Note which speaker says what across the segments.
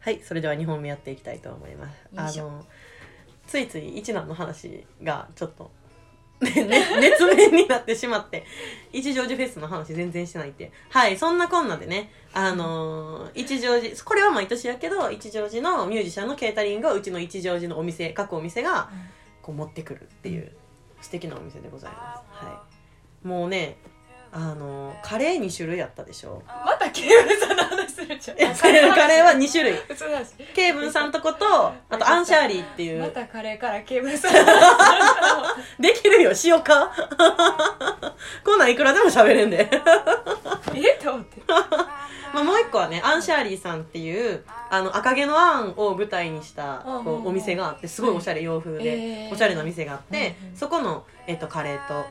Speaker 1: はいそれでは2本目やっていきたいと思います
Speaker 2: よ
Speaker 1: あ
Speaker 2: いしょ
Speaker 1: のついつい一男の話がちょっと、 ねね、熱弁になってしまって一乗寺フェスの話全然してないってはいそんなこんなでねあのー一乗寺これは毎年やけど一乗寺のミュージシャンのケータリングをうちの一乗寺のお店各お店がこう持ってくるっていう素敵なお店でございます、はい、もうねあのーカレー2種類あったでしょ
Speaker 2: またケーブルさんの話するじゃん
Speaker 1: いやカレー カレーは2種類
Speaker 2: 普通だし
Speaker 1: ケイブンさんとことあとアンシャーリーってい
Speaker 2: ま
Speaker 1: う
Speaker 2: たカレーからケーブルさんの話す
Speaker 1: できるよしようか こんなんいくらでも喋れん で
Speaker 2: るのえと思って
Speaker 1: まあもう一個はねアンシャーリーさんっていうあの赤毛のアンを舞台にした
Speaker 2: うんうん
Speaker 1: こ
Speaker 2: うん
Speaker 1: うお店があってすごいおしゃれ洋風
Speaker 2: え
Speaker 1: で
Speaker 2: ー
Speaker 1: おしゃれな店があって
Speaker 2: うんうん
Speaker 1: そこの、えっと、カレーと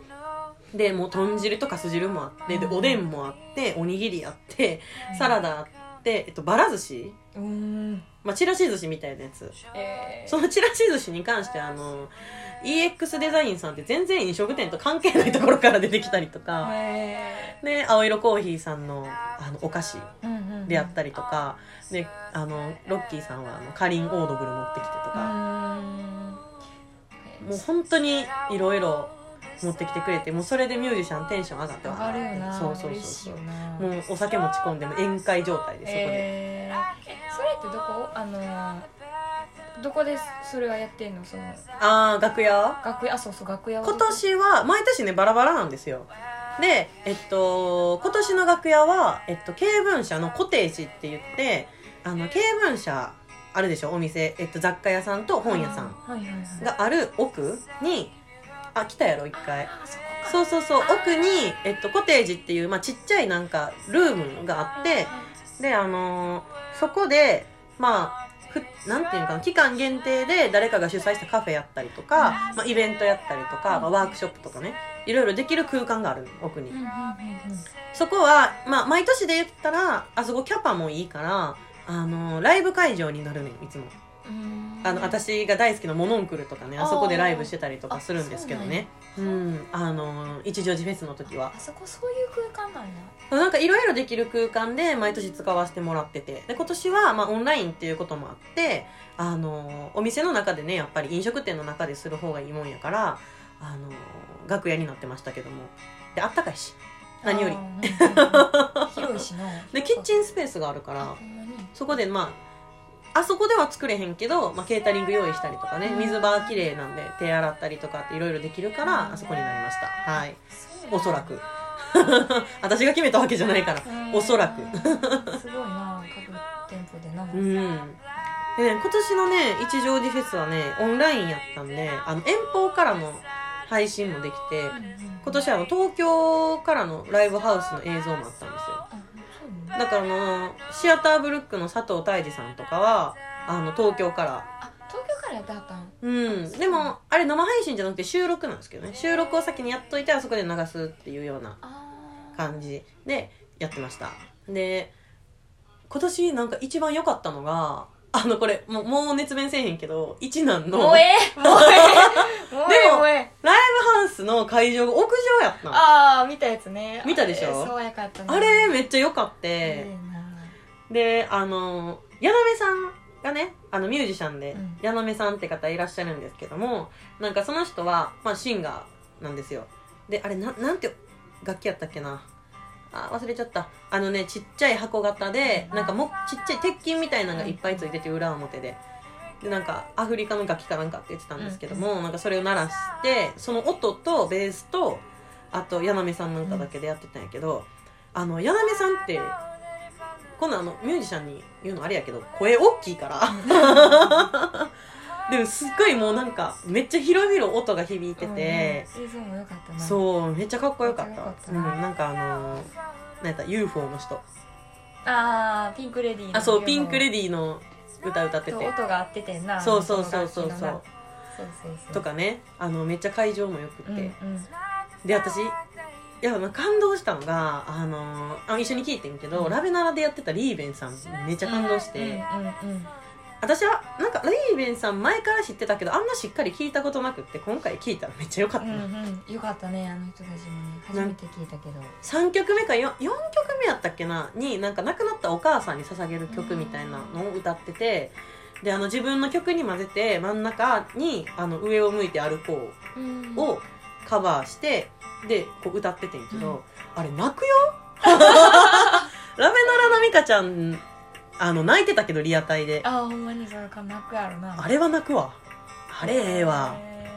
Speaker 1: でもう豚汁とかす汁もあってでおでんもあっておにぎりあってサラダあって、えっと、バラ寿司、
Speaker 2: うーん
Speaker 1: まあ、ちらし寿司みたいなやつ
Speaker 2: えー
Speaker 1: そのチラシ寿司に関してあの EX デザインさんって全然飲食店と関係ないところから出てきたりとか、
Speaker 2: え
Speaker 1: で青色コーヒーさんのあのお菓子
Speaker 2: ーうんうんうん
Speaker 1: であったりとか、であのロッキーさんはあのカリンオードブル持ってきてとか、
Speaker 2: うーん
Speaker 1: もう本当にいろいろ持ってきてくれてもうそれでミュージシャンテンション上がって
Speaker 2: 上がるよな
Speaker 1: そうそう
Speaker 2: 嬉
Speaker 1: そうそ
Speaker 2: しい
Speaker 1: う
Speaker 2: よな
Speaker 1: もうお酒持ち込んでも宴会状態でそこで、
Speaker 2: えーえそれってどこあのどこでそれはやってんのその
Speaker 1: ああ楽屋
Speaker 2: 楽屋あそうそう楽屋を
Speaker 1: 今年は毎年ねバラバラなんですよでえっと今年の楽屋は、えっと、軽文社のコテージって言ってあの軽文社あるでしょお店、えっと、雑貨屋さんと本屋さん
Speaker 2: はいはいはい
Speaker 1: がある奥にあ来たやろ一回そうそうそう奥に、えっと、コテージっていう、まあ、ちっちゃいなんかルームがあってであのーそこでまあふなんていうのかな期間限定で誰かが主催したカフェやったりとか、まあ、イベントやったりとか、まあ、ワークショップとかねいろいろできる空間がある奥に
Speaker 2: うんうんうんうん
Speaker 1: そこは、まあ、毎年で言ったらあそこキャパもいいから、あのーライブ会場になるねんいつもあの私が大好きなモノンクルとかねあそこでライブしてたりとかするんですけどねう
Speaker 2: あそうなん
Speaker 1: んあのー一乗寺フェスの時は
Speaker 2: あそこそういう空間なんや
Speaker 1: なんかいろいろできる空間で毎年使わせてもらっててで今年はまあオンラインっていうこともあってあのお店の中でねやっぱり飲食店の中でする方がいいもんやからあの楽屋になってましたけどもであったかいし何より
Speaker 2: あーうんうんうん広いしな
Speaker 1: でキッチンスペースがあるから
Speaker 2: ほんまに
Speaker 1: そこでまああそこでは作れへんけど、まあ、ケータリング用意したりとかね水場綺麗なんで手洗ったりとかっていろいろできるからあそこになりましたはい
Speaker 2: そうやな
Speaker 1: おそらく 私が決めたわけじゃないから
Speaker 2: うん
Speaker 1: おそらく
Speaker 2: すごいな各店舗でな
Speaker 1: うん。でね、今年のね、一乗寺フェスはね、オンラインやったんで、あの、遠方からの配信もできて、今年はあの、東京からのライブハウスの映像もあったんですよ。
Speaker 2: あそうなん
Speaker 1: だ
Speaker 2: だ
Speaker 1: からあの、シアターブルックの佐藤大二さんとかは、あの、東京から。
Speaker 2: あ東京からやってはったん
Speaker 1: うん。でも、あれ生配信じゃなくて収録なんですけどね。収録を先にやっといて、あそこで流すっていうような
Speaker 2: あー
Speaker 1: 感じでやってましたで今年なんか一番良かったのがあのこれもうもう熱弁せえへんけど一男の
Speaker 2: もう
Speaker 1: ラ
Speaker 2: え
Speaker 1: イ
Speaker 2: えもうええもうえ
Speaker 1: で
Speaker 2: え
Speaker 1: も
Speaker 2: もうええ
Speaker 1: ブハウスの会場が屋上やったのあ
Speaker 2: ああ見たやつね
Speaker 1: 見たでしょ
Speaker 2: あれそうやかったな
Speaker 1: れめっちゃ良かっ
Speaker 2: え
Speaker 1: て
Speaker 2: えな
Speaker 1: であの矢部さんがねあのミュージシャンで、
Speaker 2: うん
Speaker 1: 矢部さんって方いらっしゃるんですけどもなんかその人は、まあ、シンガーなんですよであれななんて楽器やったっけなあ忘れちゃったあのねちっちゃい箱型でなんかもちっちゃい鉄筋みたいなのがいっぱいついてて裏表ででなんかアフリカの楽器かなんかって言ってたんですけども、なんかそれを鳴らしてその音とベースとあと矢部さんの歌だけでやってたんやけど、あの矢部さんってこんなんあのミュージシャンに言うのあれやけど声大きいから でもすっごいもうなんかめっちゃ広々音が響いてて、
Speaker 2: うんうん映像も良かったなう
Speaker 1: そうめっちゃかっこよかった
Speaker 2: めっちゃ
Speaker 1: うん、
Speaker 2: よかった
Speaker 1: なんかあのーなんやった UFO の人
Speaker 2: ああピンクレディーの
Speaker 1: あそうピンクレ
Speaker 2: デ
Speaker 1: ディーの歌歌って
Speaker 2: と
Speaker 1: て
Speaker 2: 音が合っててんな
Speaker 1: そうそうそうそう
Speaker 2: の楽器
Speaker 1: そう
Speaker 2: のなそうそうそう
Speaker 1: とかねあのめっちゃ会場もよくて、
Speaker 2: うんうん
Speaker 1: で私いやまあ感動したのが、あのーあ一緒に聞いてんけど、
Speaker 2: うん
Speaker 1: ラベナラでやってたリーベンさんめっちゃ感動して、
Speaker 2: うんうんうん
Speaker 1: 私はなんかレイベンさん前から知ってたけどあんましっかり聞いたことなくって今回聞いたらめっちゃ良かっ
Speaker 2: う
Speaker 1: たな、
Speaker 2: んうんよかったねあの人たちもね初めて聞いたけど
Speaker 1: 3曲目か 4, 4曲目やったっけなになんか亡くなったお母さんに捧げる曲みたいなのを歌っててであの自分の曲に混ぜて真ん中にあの上を向いて歩こう
Speaker 2: うん
Speaker 1: をカバーしてでこう歌っててんけど、あれ泣くよ ラメナラナミカちゃんあの泣いてたけどリアタイであ
Speaker 2: ああほんまにそれか泣くやろな
Speaker 1: れは泣くわあれええわ
Speaker 2: へ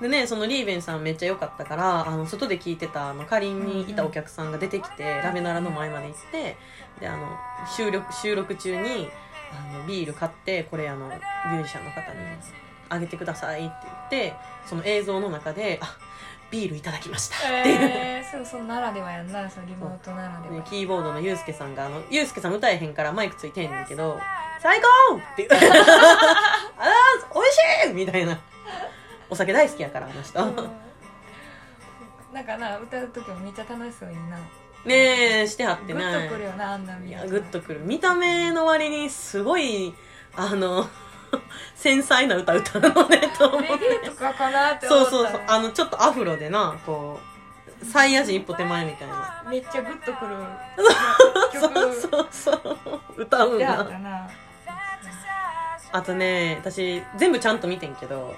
Speaker 1: でねそのリーベンさんめっちゃ良かったからあの外で聞いてたあのかりんにいたお客さんが出てきて、ラメナラの前まで行ってであの収録収録中にあのビール買ってこれあのミュージシャンの方にあげてくださいって言ってその映像の中で「あビールいただきました」っていう、
Speaker 2: えー、そうそうならではやんなそのリモートならでは
Speaker 1: ねキーボードのユうスケさんがあのユうスケさん歌えへんからマイクついてんねんけど「最高!」 って言うあら美味しい!」みたいなお酒大好きやからあの人、
Speaker 2: うんなんかな歌う時もめっちゃ楽しそうにな
Speaker 1: ねえしてはっ
Speaker 2: グ
Speaker 1: て
Speaker 2: ッ
Speaker 1: ない
Speaker 2: とくるよなあんな見
Speaker 1: い
Speaker 2: る
Speaker 1: やグッとくる見た目の割にすごいあの 繊細な歌歌うのねと思っ
Speaker 2: レ
Speaker 1: て
Speaker 2: ゲエとかかなって思
Speaker 1: そ
Speaker 2: っ
Speaker 1: う
Speaker 2: た
Speaker 1: そうそうあのちょっとアフロでなこうサイヤ人一歩手前みたいな
Speaker 2: めっちゃグッとくる
Speaker 1: そう
Speaker 2: 曲
Speaker 1: そうそう歌うん
Speaker 2: であっ
Speaker 1: だ
Speaker 2: たな
Speaker 1: あとね私全部ちゃんと見てんけど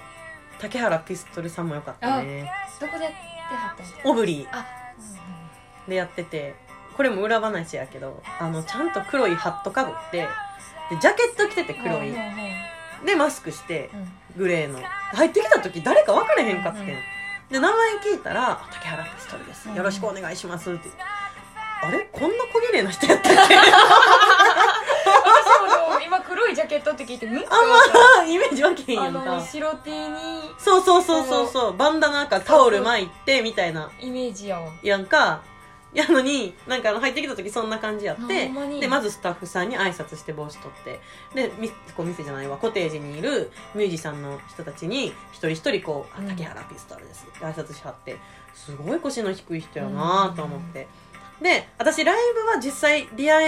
Speaker 1: 竹原ピストルさんもよかったね
Speaker 2: どこでやってはったんや
Speaker 1: オブリ
Speaker 2: あ
Speaker 1: ーでやっててこれも裏話やけどあのちゃんと黒いハットかぶってでジャケット着てて黒い
Speaker 2: うんうんうん
Speaker 1: でマスクして
Speaker 2: うん
Speaker 1: グレーの入ってきた時誰か分かれへんかってんで名前聞いたらあ「竹原ピストルです
Speaker 2: うん
Speaker 1: よろしくお願いします」ってあれこんな小綺麗な人やったっけ
Speaker 2: 私もでも今黒いジャケットって聞いてむっと
Speaker 1: あイメージわけへんや
Speaker 2: あ
Speaker 1: ん
Speaker 2: の
Speaker 1: か
Speaker 2: 白 T に
Speaker 1: そうそうそうそうそうバンダナかタオル巻いてみたいな
Speaker 2: イメージやわ
Speaker 1: やんかやのになんかあの入ってきた時そんな感じやっ
Speaker 2: あ
Speaker 1: て
Speaker 2: ほんまに
Speaker 1: でまずスタッフさんに挨拶して帽子取ってでみこう店じゃないわコテージにいるミュージシャンの人たちに一人一人こう「あ
Speaker 2: うん
Speaker 1: 竹原ピストルです」って挨拶しはってすごい腰の低い人やなと思って、で私ライブは実際リア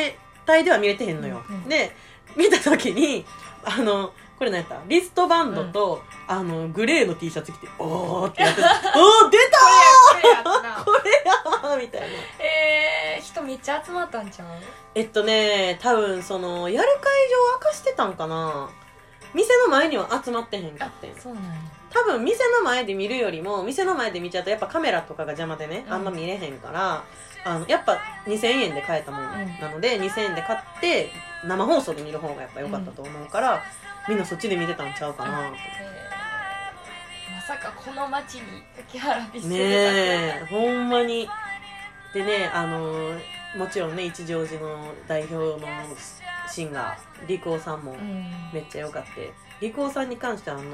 Speaker 1: タイでは見れてへんのよ、
Speaker 2: うんうん
Speaker 1: で見た時にあのこれ何やったリストバンドと、あのグレーの T シャツ着て「おー」って やって「おー出
Speaker 2: これやった
Speaker 1: た
Speaker 2: な
Speaker 1: これや!」みたいな。
Speaker 2: えー、人めっちゃ集まったんちゃう
Speaker 1: えっとね多分そのやる会場を明かしてたんかな店の前には集まってへんかってん
Speaker 2: そうなんや
Speaker 1: 多分店の前で見るよりも店の前で見ちゃうとやっぱカメラとかが邪魔でね
Speaker 2: うん
Speaker 1: あんま見れへんから、あのやっぱ2000円で買えたもんなので、2000円で買って生放送で見る方がやっぱ良かったと思うから、みんなそっちで見てたんちゃうかな、
Speaker 2: えーまさかこの町に竹原ビス
Speaker 1: ね
Speaker 2: テ
Speaker 1: えほんまにでねあのーもちろんね一乗寺の代表のシンガーリコーさんも、
Speaker 2: うん
Speaker 1: めっちゃ良かってリコーさんに関してはあの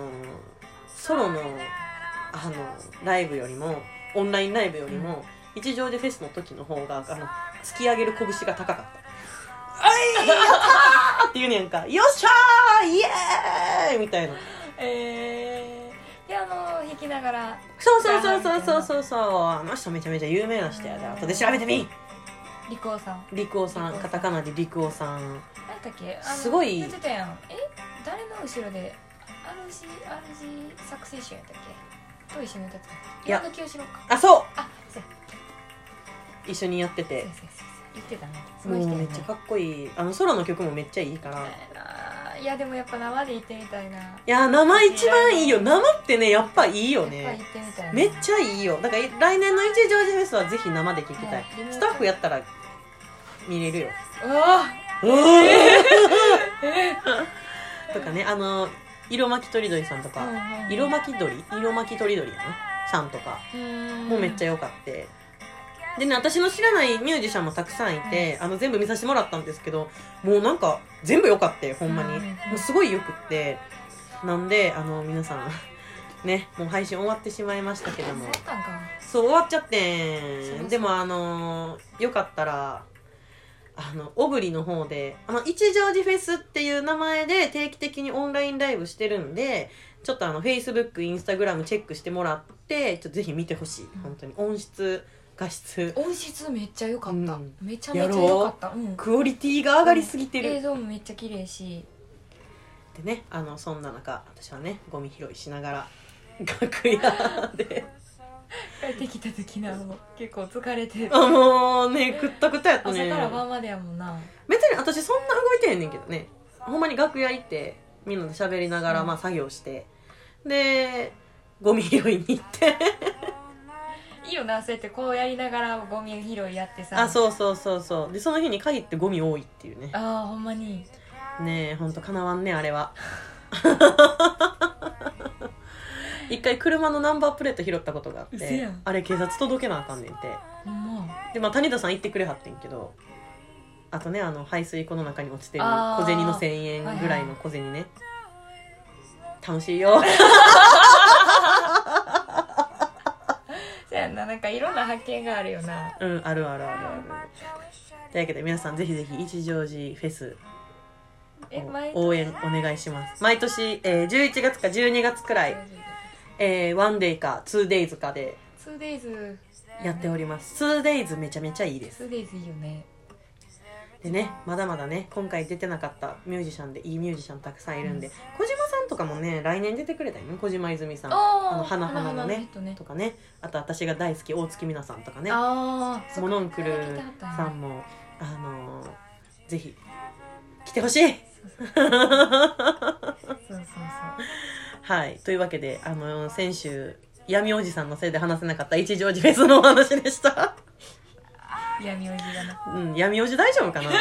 Speaker 1: ソロのあのライブよりもオンラインライブよりも、一条でフェスの時の方があの突き上げる拳が高かった「あいやったー!」って言うねんか「 よっしゃーイエーイ!」みたいな
Speaker 2: えー、であの弾きながら
Speaker 1: そうそうそうそうそうそうそうあの人めちゃめちゃ有名な人やで後で調べてみ
Speaker 2: リコーさん
Speaker 1: リコーさんカタカナでリコーさん
Speaker 2: 何だっけ
Speaker 1: すごい
Speaker 2: 出てたやんえ誰の後ろで RG, RG サクセッションやったっけと一緒に歌ってた
Speaker 1: いや
Speaker 2: 山田清志郎か
Speaker 1: あそ
Speaker 2: あそうや
Speaker 1: う一緒にやって
Speaker 2: そう
Speaker 1: て
Speaker 2: やそうやそうや言ってたねすごい
Speaker 1: も
Speaker 2: 人
Speaker 1: う
Speaker 2: や
Speaker 1: めっちゃかっこいいあのソロの曲もめっちゃいいから
Speaker 2: ないやでもやっぱ生で行ってみたいない
Speaker 1: やー生一番いいよ生ってねやっぱいいよ
Speaker 2: やっぱ
Speaker 1: ね
Speaker 2: 行ってみたいな
Speaker 1: めっちゃいいよだから来年の一乗寺フェスはぜひ生で聞きたい
Speaker 2: うん
Speaker 1: スタッフやったら見れるよ
Speaker 2: うわ
Speaker 1: とかねあの色巻き鳥鳥さんとか、
Speaker 2: あ
Speaker 1: 色巻き鳥色巻き鳥鳥やなさんとかもうめっちゃ
Speaker 2: ゃ
Speaker 1: 良かったでね私の知らないミュージシャンもたくさんいて、あの全部見させてもらったんですけどもうなんか全部良かったほんまに、
Speaker 2: うん
Speaker 1: もうすごいよくってなんであの皆さんねもう配信終わってしまいましたけども
Speaker 2: そうなんか
Speaker 1: そう終わっちゃって
Speaker 2: そうそ
Speaker 1: ん
Speaker 2: う
Speaker 1: でもあのーよかったらあの小栗の方であの一乗寺フェスっていう名前で定期的にオンラインライブしてるんでちょっとあのフェイスブックインスタグラムチェックしてもらってちょっとぜひ見てほしい本当に音質画質
Speaker 2: 音質めっちゃ良かった、
Speaker 1: うん
Speaker 2: めちゃめちゃ良かった、うん、
Speaker 1: クオリティが上がりすぎてる、
Speaker 2: 映像もめっちゃ綺麗し
Speaker 1: でねあのそんな中私はねゴミ拾いしなが ら楽屋で
Speaker 2: 帰ってきた時なもう結構疲れて
Speaker 1: あもうねくったくったやった
Speaker 2: 朝
Speaker 1: ね
Speaker 2: から晩までやもんな
Speaker 1: 別に私そんな動いてへんねんけどねほんまに楽屋行ってみんなで喋りながら、
Speaker 2: うん
Speaker 1: まあ作業してでゴミ拾いに行って
Speaker 2: いいよなそうやってこうやりながらゴミ拾いやってさ
Speaker 1: あそうそうそうそうでその日に限ってゴミ多いっていうね
Speaker 2: あーほんまに
Speaker 1: ねえほんとかなわんねあれ は一回車のナンバープレート拾ったことがあっ
Speaker 2: うそ
Speaker 1: て
Speaker 2: やん
Speaker 1: あれ警察届けなあかんねんて
Speaker 2: ほんま
Speaker 1: でまあ谷田さん行ってくれはってんけどあとねあの排水溝の中に落ちてる
Speaker 2: あー
Speaker 1: 小銭の1,000円ぐらいの小銭ね楽しいよ
Speaker 2: そうやんななんかいろんな発見があるよな
Speaker 1: うんあるあるあるあるというわけで皆さんぜひぜひ一乗寺フェス
Speaker 2: え毎
Speaker 1: 応援お願いします毎年、えー11月か12月くらい、えー、1 day か 2days かで
Speaker 2: 2days
Speaker 1: やっております 2days めちゃめちゃいいです
Speaker 2: 2days いいよね
Speaker 1: でねまだまだね今回出てなかったミュージシャンでいいミュージシャンたくさんいるんで小島さんとかもね来年出てくれたよね小島泉さん
Speaker 2: あ
Speaker 1: の花々のね
Speaker 2: 人ね
Speaker 1: とかねあと私が大好き大月みなさんとかね
Speaker 2: ああ
Speaker 1: モノンクルさんもあのーぜひ来てほしい
Speaker 2: そうそうそう
Speaker 1: はいというわけであのー先週闇おじさんのせいで話せなかった一乗寺フェスのお話でした。
Speaker 2: 闇おじがな
Speaker 1: うん、闇おじ大丈夫かな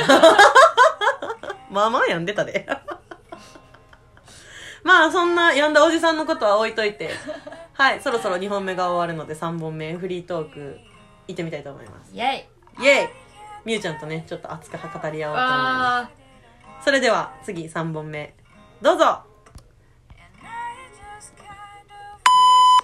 Speaker 1: まあまあ病んでたで。 まあそんな病んだおじさんのことは置いといて、はい、そろそろ2本目が終わるので3本目フリートーク行ってみたいと思います。
Speaker 2: イエイ
Speaker 1: イェイみゆちゃんとね、ちょっと熱く語り合おうと思いま
Speaker 2: わあ
Speaker 1: す。それでは次3本目、どうぞ